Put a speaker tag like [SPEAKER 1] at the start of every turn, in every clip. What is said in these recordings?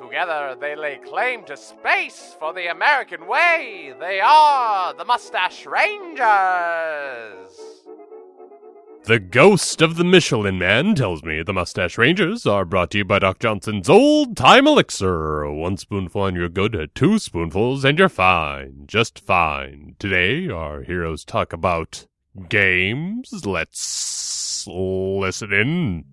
[SPEAKER 1] Together they lay claim to space for the American way. They are the Mustache Rangers.
[SPEAKER 2] The ghost of the Michelin Man tells me the Mustache Rangers are brought to you by Doc Johnson's Old Time Elixir. One spoonful and you're good, two spoonfuls and you're fine, just fine. Today our heroes talk about games. Let's listen in.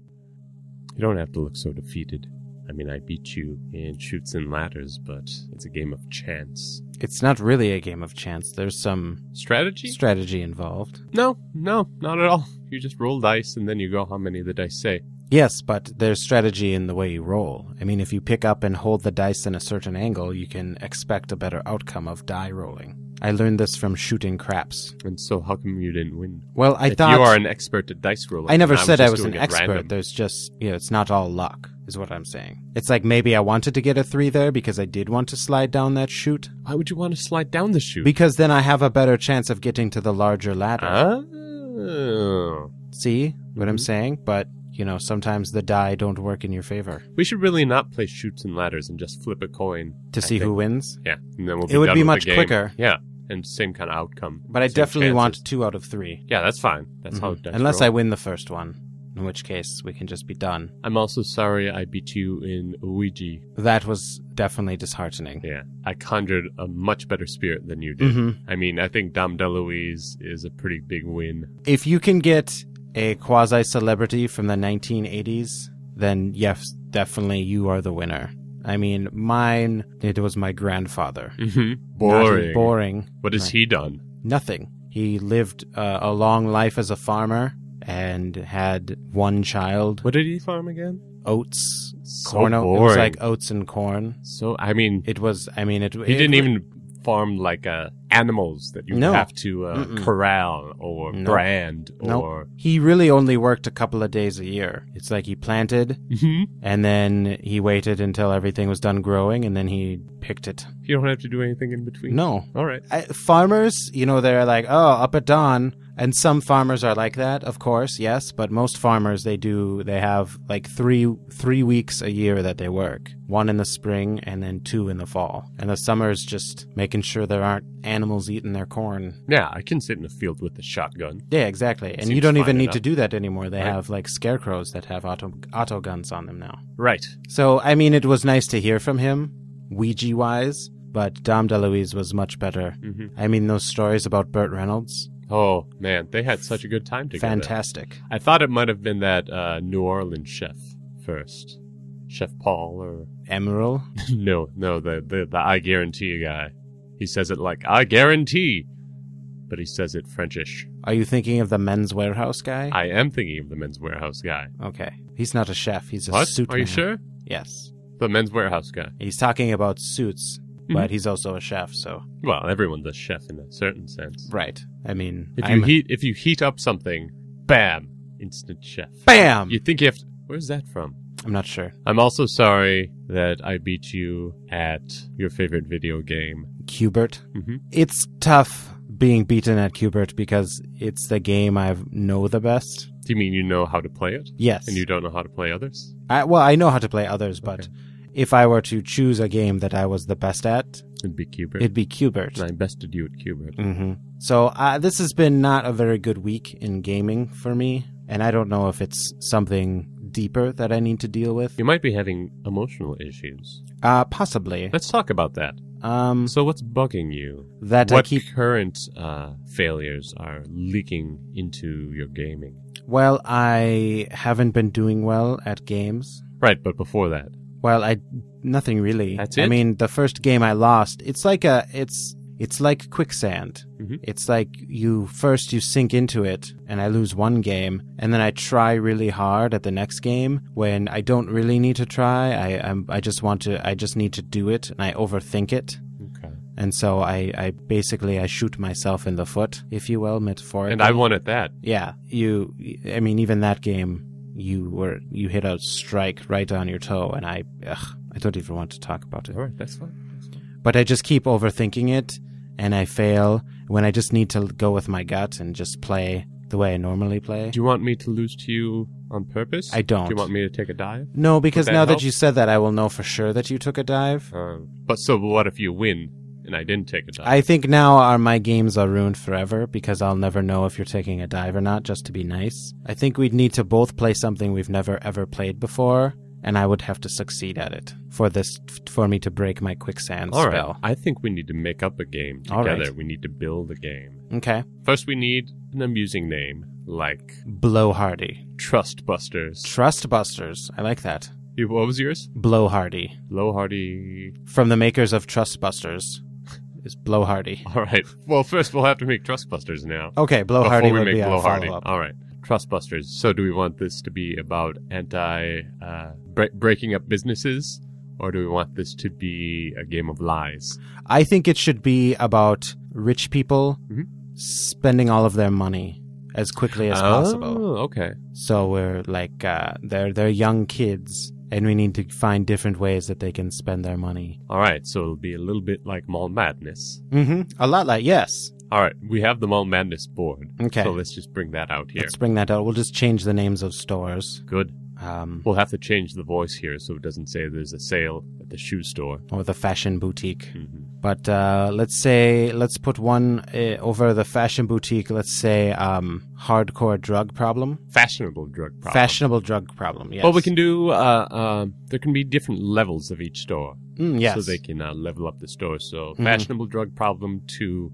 [SPEAKER 3] You don't have to look so defeated. I mean, I beat you in shoots and ladders, but it's a game of chance.
[SPEAKER 4] It's not really a game of chance. There's some
[SPEAKER 3] Strategy?
[SPEAKER 4] strategy involved.
[SPEAKER 3] no, no, not at all. You just roll dice and then you go how many the dice say.
[SPEAKER 4] Yes, but there's strategy in the way you roll. I mean, if you pick up and hold the dice in a certain angle, you can expect a better outcome of die rolling. I learned this from shooting craps.
[SPEAKER 3] And so, how come you didn't win?
[SPEAKER 4] Well, I
[SPEAKER 3] if
[SPEAKER 4] thought
[SPEAKER 3] you are an expert at dice rolling.
[SPEAKER 4] I never
[SPEAKER 3] and
[SPEAKER 4] said I
[SPEAKER 3] just
[SPEAKER 4] was
[SPEAKER 3] doing
[SPEAKER 4] an
[SPEAKER 3] it
[SPEAKER 4] expert.
[SPEAKER 3] random.
[SPEAKER 4] There's just, you know, it's not all luck, is what I'm saying. It's like maybe I wanted to get a three there because I did want to slide down that chute,
[SPEAKER 3] Why would you want to slide down the chute?
[SPEAKER 4] because then I have a better chance of getting to the larger ladder.
[SPEAKER 3] Uh-huh. Oh.
[SPEAKER 4] See what
[SPEAKER 3] Mm-hmm.
[SPEAKER 4] I'm saying? But, you know, sometimes the die don't work in your favor
[SPEAKER 3] We should really not play shoots and ladders and just flip a coin
[SPEAKER 4] to
[SPEAKER 3] I
[SPEAKER 4] see who
[SPEAKER 3] think.
[SPEAKER 4] wins.
[SPEAKER 3] Yeah, and then we'll be
[SPEAKER 4] It would
[SPEAKER 3] done
[SPEAKER 4] be
[SPEAKER 3] with the
[SPEAKER 4] much
[SPEAKER 3] game.
[SPEAKER 4] quicker.
[SPEAKER 3] Yeah, and same kind of outcome.
[SPEAKER 4] But I
[SPEAKER 3] same
[SPEAKER 4] definitely
[SPEAKER 3] chances.
[SPEAKER 4] want two out of 3
[SPEAKER 3] Yeah, that's fine. That's how.
[SPEAKER 4] Mhm.
[SPEAKER 3] Dice
[SPEAKER 4] Unless
[SPEAKER 3] roll.
[SPEAKER 4] I win the first one, in which case we can just be done.
[SPEAKER 3] I'm also sorry I beat you in Ouija.
[SPEAKER 4] That was definitely disheartening.
[SPEAKER 3] Yeah. I conjured a much better spirit than you did.
[SPEAKER 4] Mhm.
[SPEAKER 3] I mean, I think Dame DeLuise is a pretty big win.
[SPEAKER 4] If you can get a quasi celebrity from the 1980s, then yes, definitely you are the winner. I mean, mine, it was my grandfather.
[SPEAKER 3] Mm-hmm.
[SPEAKER 4] Not
[SPEAKER 3] Boring.
[SPEAKER 4] boring.
[SPEAKER 3] What has
[SPEAKER 4] Right.
[SPEAKER 3] he done?
[SPEAKER 4] Nothing. He lived uh, a long life as a farmer and had one child.
[SPEAKER 3] What did he farm again?
[SPEAKER 4] Oats,
[SPEAKER 3] So
[SPEAKER 4] corn. o- It was
[SPEAKER 3] boring.
[SPEAKER 4] like oats and corn.
[SPEAKER 3] So, I mean,
[SPEAKER 4] It was. I mean, it.
[SPEAKER 3] he didn't even farm like uh, animals that you
[SPEAKER 4] No.
[SPEAKER 3] have to uh,
[SPEAKER 4] Mm-mm.
[SPEAKER 3] corral or
[SPEAKER 4] No.
[SPEAKER 3] brand
[SPEAKER 4] No.
[SPEAKER 3] or.
[SPEAKER 4] He really only worked a couple of days a year. It's like he planted
[SPEAKER 3] Mhm.
[SPEAKER 4] and then he waited until everything was done growing and then he picked it.
[SPEAKER 3] You don't have to do anything in between.
[SPEAKER 4] No.
[SPEAKER 3] All right.
[SPEAKER 4] I, farmers, you know, they're like, oh, up at dawn. And some farmers are like that, of course, yes, but most farmers they do they have like 3 3 weeks a year that they work. One in the spring and then two in the fall. And the summer is just making sure there aren't animals eating their corn.
[SPEAKER 3] Yeah, I can sit in a field with a shotgun.
[SPEAKER 4] Yeah, exactly. And you
[SPEAKER 3] Seems
[SPEAKER 4] don't
[SPEAKER 3] fine
[SPEAKER 4] even need
[SPEAKER 3] enough.
[SPEAKER 4] to do that anymore. They
[SPEAKER 3] Right.
[SPEAKER 4] have like scarecrows that have auto auto guns on them now.
[SPEAKER 3] Right.
[SPEAKER 4] So I mean, it was nice to hear from him, Ouija wise. But Dom DeLuise was much better.
[SPEAKER 3] Mhm.
[SPEAKER 4] I mean, those stories about Burt Reynolds,
[SPEAKER 3] Oh, man. They had such a good time together.
[SPEAKER 4] fantastic.
[SPEAKER 3] I thought it might have been that uh, New Orleans chef first, Chef Paul, or
[SPEAKER 4] Emerald,
[SPEAKER 3] no, no, the, the the I guarantee guy. He says it like I guarantee, but he says it Frenchish.
[SPEAKER 4] are you thinking of the Men's Warehouse guy?
[SPEAKER 3] I am thinking of the Men's Warehouse guy.
[SPEAKER 4] okay, he's not a chef. He's a
[SPEAKER 3] what?
[SPEAKER 4] suit.
[SPEAKER 3] Are you
[SPEAKER 4] man.
[SPEAKER 3] sure?
[SPEAKER 4] Yes,
[SPEAKER 3] The Men's Warehouse guy.
[SPEAKER 4] he's talking about suits,
[SPEAKER 3] Mm-hmm.
[SPEAKER 4] but he's also a chef. So
[SPEAKER 3] Well, everyone's a chef in a certain sense.
[SPEAKER 4] right. I mean,
[SPEAKER 3] If
[SPEAKER 4] I'm-
[SPEAKER 3] you heat if you heat up something, bam, instant chef.
[SPEAKER 4] bam.
[SPEAKER 3] You think you have? To, where's that from?
[SPEAKER 4] I'm not sure.
[SPEAKER 3] I'm also sorry that I beat you at your favorite video game.
[SPEAKER 4] Cubert.
[SPEAKER 3] hmm
[SPEAKER 4] It's tough being beaten at Cubert because it's the game I know the best.
[SPEAKER 3] Do you mean you know how to play it?
[SPEAKER 4] Yes.
[SPEAKER 3] And you don't know how to play others?
[SPEAKER 4] I, well, I know how to play others, but if I were to choose a game that I was the best at,
[SPEAKER 3] It'd be Cubert.
[SPEAKER 4] it'd be Cubert.
[SPEAKER 3] and I bested you at Cubert.
[SPEAKER 4] hmm So uh, this has been not a very good week in gaming for me, and I don't know if it's something deeper that I need to deal with.
[SPEAKER 3] You might be having emotional issues.
[SPEAKER 4] Uh, possibly.
[SPEAKER 3] Let's talk about that.
[SPEAKER 4] Um,
[SPEAKER 3] So, what's bugging you?
[SPEAKER 4] that I
[SPEAKER 3] what
[SPEAKER 4] keep.
[SPEAKER 3] current uh, failures are leaking into your gaming?
[SPEAKER 4] Well, I haven't been doing well at games.
[SPEAKER 3] Right, but before that,
[SPEAKER 4] Well, I nothing really.
[SPEAKER 3] That's
[SPEAKER 4] I
[SPEAKER 3] it?
[SPEAKER 4] mean, the first game I lost, it's like a it's it's like quicksand.
[SPEAKER 3] Mhm.
[SPEAKER 4] It's like you first you sink into it and I lose one game and then I try really hard at the next game when I don't really need to try. I I'm, I just want to I just need to do it and I overthink it.
[SPEAKER 3] okay.
[SPEAKER 4] And so I, I basically I shoot myself in the foot, if you will, metaphorically.
[SPEAKER 3] And I won at that.
[SPEAKER 4] yeah, you. I mean, even that game, you were you hit a strike right on your toe, and I, ugh, I don't even want to talk about it.
[SPEAKER 3] All right, that's fine. That's fine.
[SPEAKER 4] But I just keep overthinking it, and I fail when I just need to go with my gut and just play the way I normally play.
[SPEAKER 3] Do you want me to lose to you on purpose?
[SPEAKER 4] I don't.
[SPEAKER 3] Do you want me to take a dive?
[SPEAKER 4] no, because
[SPEAKER 3] that
[SPEAKER 4] now
[SPEAKER 3] help?
[SPEAKER 4] that you said that, I will know for sure that you took a dive.
[SPEAKER 3] Um, but so what if you win and I didn't take a dive?
[SPEAKER 4] I think now our my games are ruined forever because I'll never know if you're taking a dive or not just to be nice. I think we'd need to both play something we've never ever played before and I would have to succeed at it for this for me to break my quicksand
[SPEAKER 3] All right.
[SPEAKER 4] spell.
[SPEAKER 3] I think we need to make up a game
[SPEAKER 4] All
[SPEAKER 3] together.
[SPEAKER 4] right.
[SPEAKER 3] We need to build a game.
[SPEAKER 4] Okay.
[SPEAKER 3] First, we need an amusing name like
[SPEAKER 4] Blowhardy.
[SPEAKER 3] Trust Busters.
[SPEAKER 4] Trust Busters. I like that.
[SPEAKER 3] You- What was yours?
[SPEAKER 4] Blowhardy.
[SPEAKER 3] Lowhardy.
[SPEAKER 4] From the makers of Trust Busters is Blowhardy.
[SPEAKER 3] All right. Well, first we'll have to make Trust Busters now.
[SPEAKER 4] Okay, Blowhardy
[SPEAKER 3] before we
[SPEAKER 4] would
[SPEAKER 3] make
[SPEAKER 4] be a
[SPEAKER 3] Blowhardy.
[SPEAKER 4] follow-up.
[SPEAKER 3] All right. Trust Busters. So, do we want this to be about anti uh, bre- breaking up businesses, or do we want this to be a game of lies?
[SPEAKER 4] I think it should be about rich people
[SPEAKER 3] Mhm.
[SPEAKER 4] spending all of their money as quickly as possible.
[SPEAKER 3] Oh, okay.
[SPEAKER 4] So we're like uh, they're they're young kids, and we need to find different ways that they can spend their money.
[SPEAKER 3] All right. So it'll be a little bit like Mall Madness.
[SPEAKER 4] Mm-hmm. A lot like yes.
[SPEAKER 3] All right. We have the Mall Madness board.
[SPEAKER 4] Okay.
[SPEAKER 3] So let's just bring that out here.
[SPEAKER 4] Let's bring that out. We'll just change the names of stores.
[SPEAKER 3] Good.
[SPEAKER 4] Um,
[SPEAKER 3] We'll have to change the voice here so it doesn't say there's a sale at the shoe store.
[SPEAKER 4] or the fashion boutique.
[SPEAKER 3] Mhm.
[SPEAKER 4] But uh, let's say, let's put one uh, over the fashion boutique. Let's say um, hardcore drug problem.
[SPEAKER 3] Fashionable drug problem.
[SPEAKER 4] Fashionable drug problem, yes.
[SPEAKER 3] Well, we can do. Uh, uh, there can be different levels of each store,
[SPEAKER 4] Mm, yes. Mm-hmm.
[SPEAKER 3] so they can uh, level up the store. So, fashionable drug problem to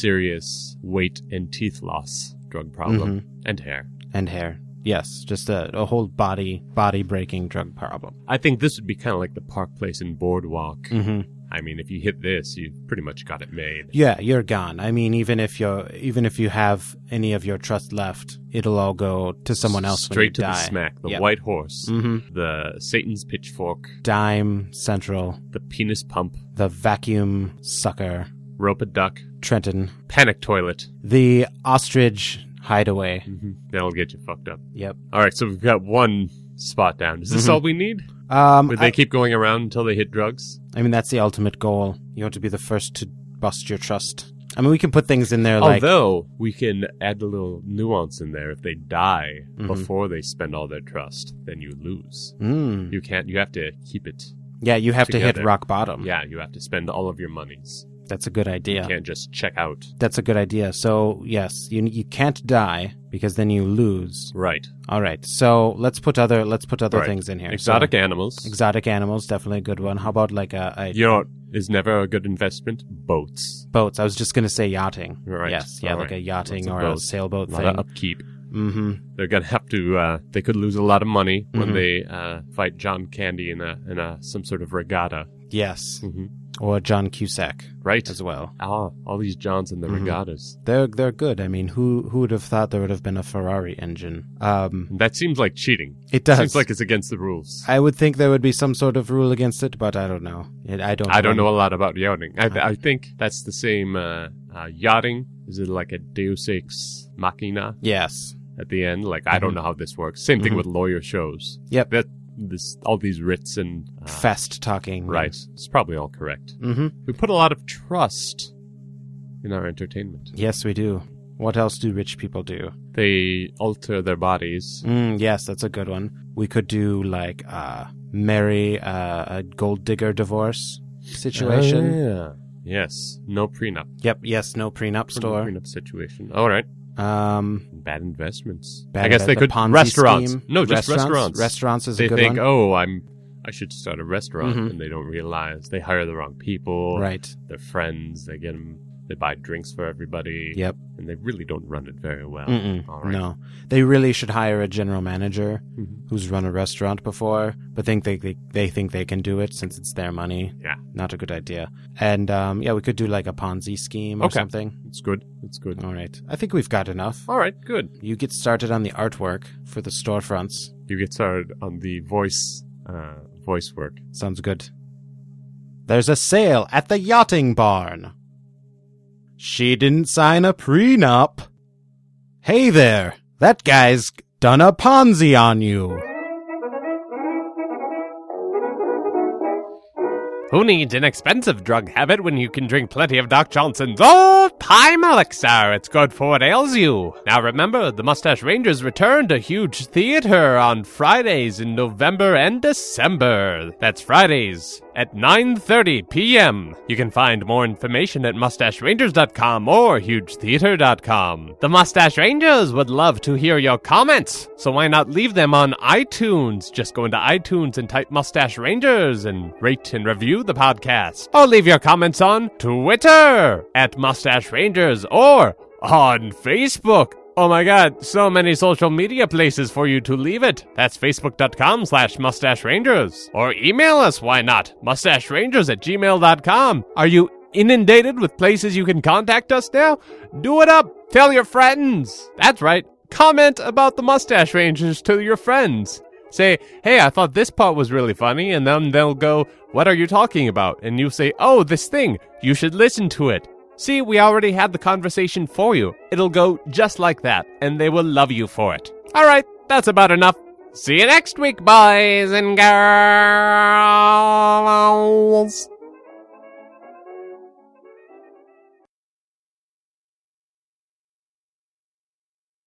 [SPEAKER 3] serious weight and teeth loss drug problem
[SPEAKER 4] Mm-hmm.
[SPEAKER 3] and hair.
[SPEAKER 4] and hair. Yes, just a, a whole body body breaking drug problem.
[SPEAKER 3] I think this would be kind of like the Park Place and Boardwalk.
[SPEAKER 4] Mm-hmm.
[SPEAKER 3] I mean, if you hit this, you pretty much got it made.
[SPEAKER 4] Yeah, you're gone. I mean, even if you're, even if you have any of your trust left, it'll all go to someone else.
[SPEAKER 3] Straight
[SPEAKER 4] when you
[SPEAKER 3] to
[SPEAKER 4] die.
[SPEAKER 3] the smack. The
[SPEAKER 4] Yep.
[SPEAKER 3] white horse.
[SPEAKER 4] hmm
[SPEAKER 3] The Satan's pitchfork.
[SPEAKER 4] Dime Central,
[SPEAKER 3] The penis pump.
[SPEAKER 4] the vacuum sucker,
[SPEAKER 3] Rope a duck.
[SPEAKER 4] Trenton,
[SPEAKER 3] Panic toilet.
[SPEAKER 4] the ostrich hideaway.
[SPEAKER 3] That'll get you fucked up.
[SPEAKER 4] Yep.
[SPEAKER 3] All right, so we've got one spot down. Is this all we need?
[SPEAKER 4] Um,
[SPEAKER 3] Would
[SPEAKER 4] Mm-hmm. I,
[SPEAKER 3] they keep going around until they hit drugs?
[SPEAKER 4] I mean, that's the ultimate goal. You want to be the first to bust your trust. I mean, we can put things in there like
[SPEAKER 3] Although we can add a little nuance in there. If they die
[SPEAKER 4] Mhm.
[SPEAKER 3] before they spend all their trust, then you lose.
[SPEAKER 4] Mm.
[SPEAKER 3] You can't. You have to keep it.
[SPEAKER 4] yeah, you have to
[SPEAKER 3] Together.
[SPEAKER 4] hit rock bottom.
[SPEAKER 3] Yeah, you have to spend all of your monies.
[SPEAKER 4] that's a good idea.
[SPEAKER 3] You can't just check out.
[SPEAKER 4] That's a good idea. So yes, you you can't die because then you lose.
[SPEAKER 3] Right.
[SPEAKER 4] All right. So let's put other let's put other
[SPEAKER 3] Right.
[SPEAKER 4] things in here.
[SPEAKER 3] Exotic
[SPEAKER 4] So,
[SPEAKER 3] animals.
[SPEAKER 4] exotic animals definitely a good one. How about like a, a
[SPEAKER 3] you know what is never a good investment? Boats.
[SPEAKER 4] boats? I was just gonna say yachting.
[SPEAKER 3] Right.
[SPEAKER 4] Yes. Yeah,
[SPEAKER 3] All
[SPEAKER 4] like
[SPEAKER 3] right.
[SPEAKER 4] a yachting
[SPEAKER 3] Lots of
[SPEAKER 4] or a
[SPEAKER 3] boats.
[SPEAKER 4] sailboat
[SPEAKER 3] A lot of
[SPEAKER 4] thing.
[SPEAKER 3] upkeep.
[SPEAKER 4] Mm-hmm.
[SPEAKER 3] they're gonna have to. Uh, they could lose a lot of money when
[SPEAKER 4] Mhm.
[SPEAKER 3] they uh, fight John Candy in a in a some sort of regatta.
[SPEAKER 4] Yes.
[SPEAKER 3] Mm-hmm.
[SPEAKER 4] Or John Cusack
[SPEAKER 3] Right.
[SPEAKER 4] as well.
[SPEAKER 3] Ah, all these Johns in the regattas.
[SPEAKER 4] They're they're good. I mean, who who would have thought there would have been a Ferrari engine? Um,
[SPEAKER 3] That seems like cheating.
[SPEAKER 4] it does.
[SPEAKER 3] Seems like it's against the rules. I,
[SPEAKER 4] I would think there would be some sort of rule against it, but I don't know. It, I don't.
[SPEAKER 3] don't know a lot about yachting. I, I think that's the same. Uh, uh, yachting is it like a Deus ex machina
[SPEAKER 4] Yes.
[SPEAKER 3] at the end? Like I don't know how this works. Same thing
[SPEAKER 4] Mhm.
[SPEAKER 3] with lawyer shows.
[SPEAKER 4] Mm-hmm. Yep.
[SPEAKER 3] That this all these writs and uh,
[SPEAKER 4] Fast talking.
[SPEAKER 3] right. It's probably all correct.
[SPEAKER 4] Mm-hmm.
[SPEAKER 3] We put a lot of trust in our entertainment.
[SPEAKER 4] Yes, we do. What else do rich people do?
[SPEAKER 3] they alter their bodies.
[SPEAKER 4] Mm, yes, that's a good one. We could do like uh, marry uh, a gold digger divorce situation.
[SPEAKER 3] Oh, Yeah. Yes. No prenup.
[SPEAKER 4] Yep. Yes. No prenup
[SPEAKER 3] No
[SPEAKER 4] store.
[SPEAKER 3] prenup situation. All right.
[SPEAKER 4] Um.
[SPEAKER 3] Bad investments.
[SPEAKER 4] bad
[SPEAKER 3] I guess they
[SPEAKER 4] investment.
[SPEAKER 3] could
[SPEAKER 4] Ponzi
[SPEAKER 3] restaurants.
[SPEAKER 4] scheme.
[SPEAKER 3] No, just restaurants.
[SPEAKER 4] Restaurants is
[SPEAKER 3] they
[SPEAKER 4] a good
[SPEAKER 3] think,
[SPEAKER 4] one.
[SPEAKER 3] oh, I'm. I should start a restaurant,
[SPEAKER 4] Mhm.
[SPEAKER 3] and they don't realize they hire the wrong people.
[SPEAKER 4] right.
[SPEAKER 3] Their friends. They get them. They buy drinks for everybody.
[SPEAKER 4] Yep.
[SPEAKER 3] And they really don't run it very well.
[SPEAKER 4] Mm-mm.
[SPEAKER 3] All right.
[SPEAKER 4] No, they really should hire a general manager
[SPEAKER 3] Mhm.
[SPEAKER 4] who's run a restaurant before, but think they, they they think they can do it since it's their money.
[SPEAKER 3] Yeah.
[SPEAKER 4] Not a good idea. And um, yeah, we could do like a Ponzi scheme or
[SPEAKER 3] Okay.
[SPEAKER 4] something.
[SPEAKER 3] It's good. It's good.
[SPEAKER 4] All right. I think we've got enough.
[SPEAKER 3] All right. Good.
[SPEAKER 4] You get started on the artwork for the storefronts.
[SPEAKER 3] You get started on the voice. Uh, voice work.
[SPEAKER 4] Sounds good. There's a sale at the yachting barn. She didn't sign a prenup. Hey there, that guy's done a Ponzi on you.
[SPEAKER 3] Who needs an expensive drug habit when you can drink plenty of Doc Johnson's old time elixir? It's good for what ails you. Now remember, the Mustache Rangers return to Huge Theater on Fridays in November and December. That's Fridays at 9.30 p.m. You can find more information at mustacherangers.com or hugetheater.com. The Mustache Rangers would love to hear your comments, so why not leave them on iTunes? Just go into iTunes and type Mustache Rangers and rate and review the podcast. Or leave your comments on Twitter at Mustache Rangers or on Facebook Oh my god, so many social media places for you to leave it. That's facebook.com slash mustache rangers. Or email us, why not? Mustache rangers at gmail.com. Are you inundated with places you can contact us now? Do it up! Tell your friends! That's right. Comment about the mustache rangers to your friends. Say, hey, I thought this part was really funny, and then they'll go, what are you talking about? And you say, oh, this thing. You should listen to it. See, we already had the conversation for you. It'll go just like that, and they will love you for it. All right, that's about enough. See you next week, boys and girls.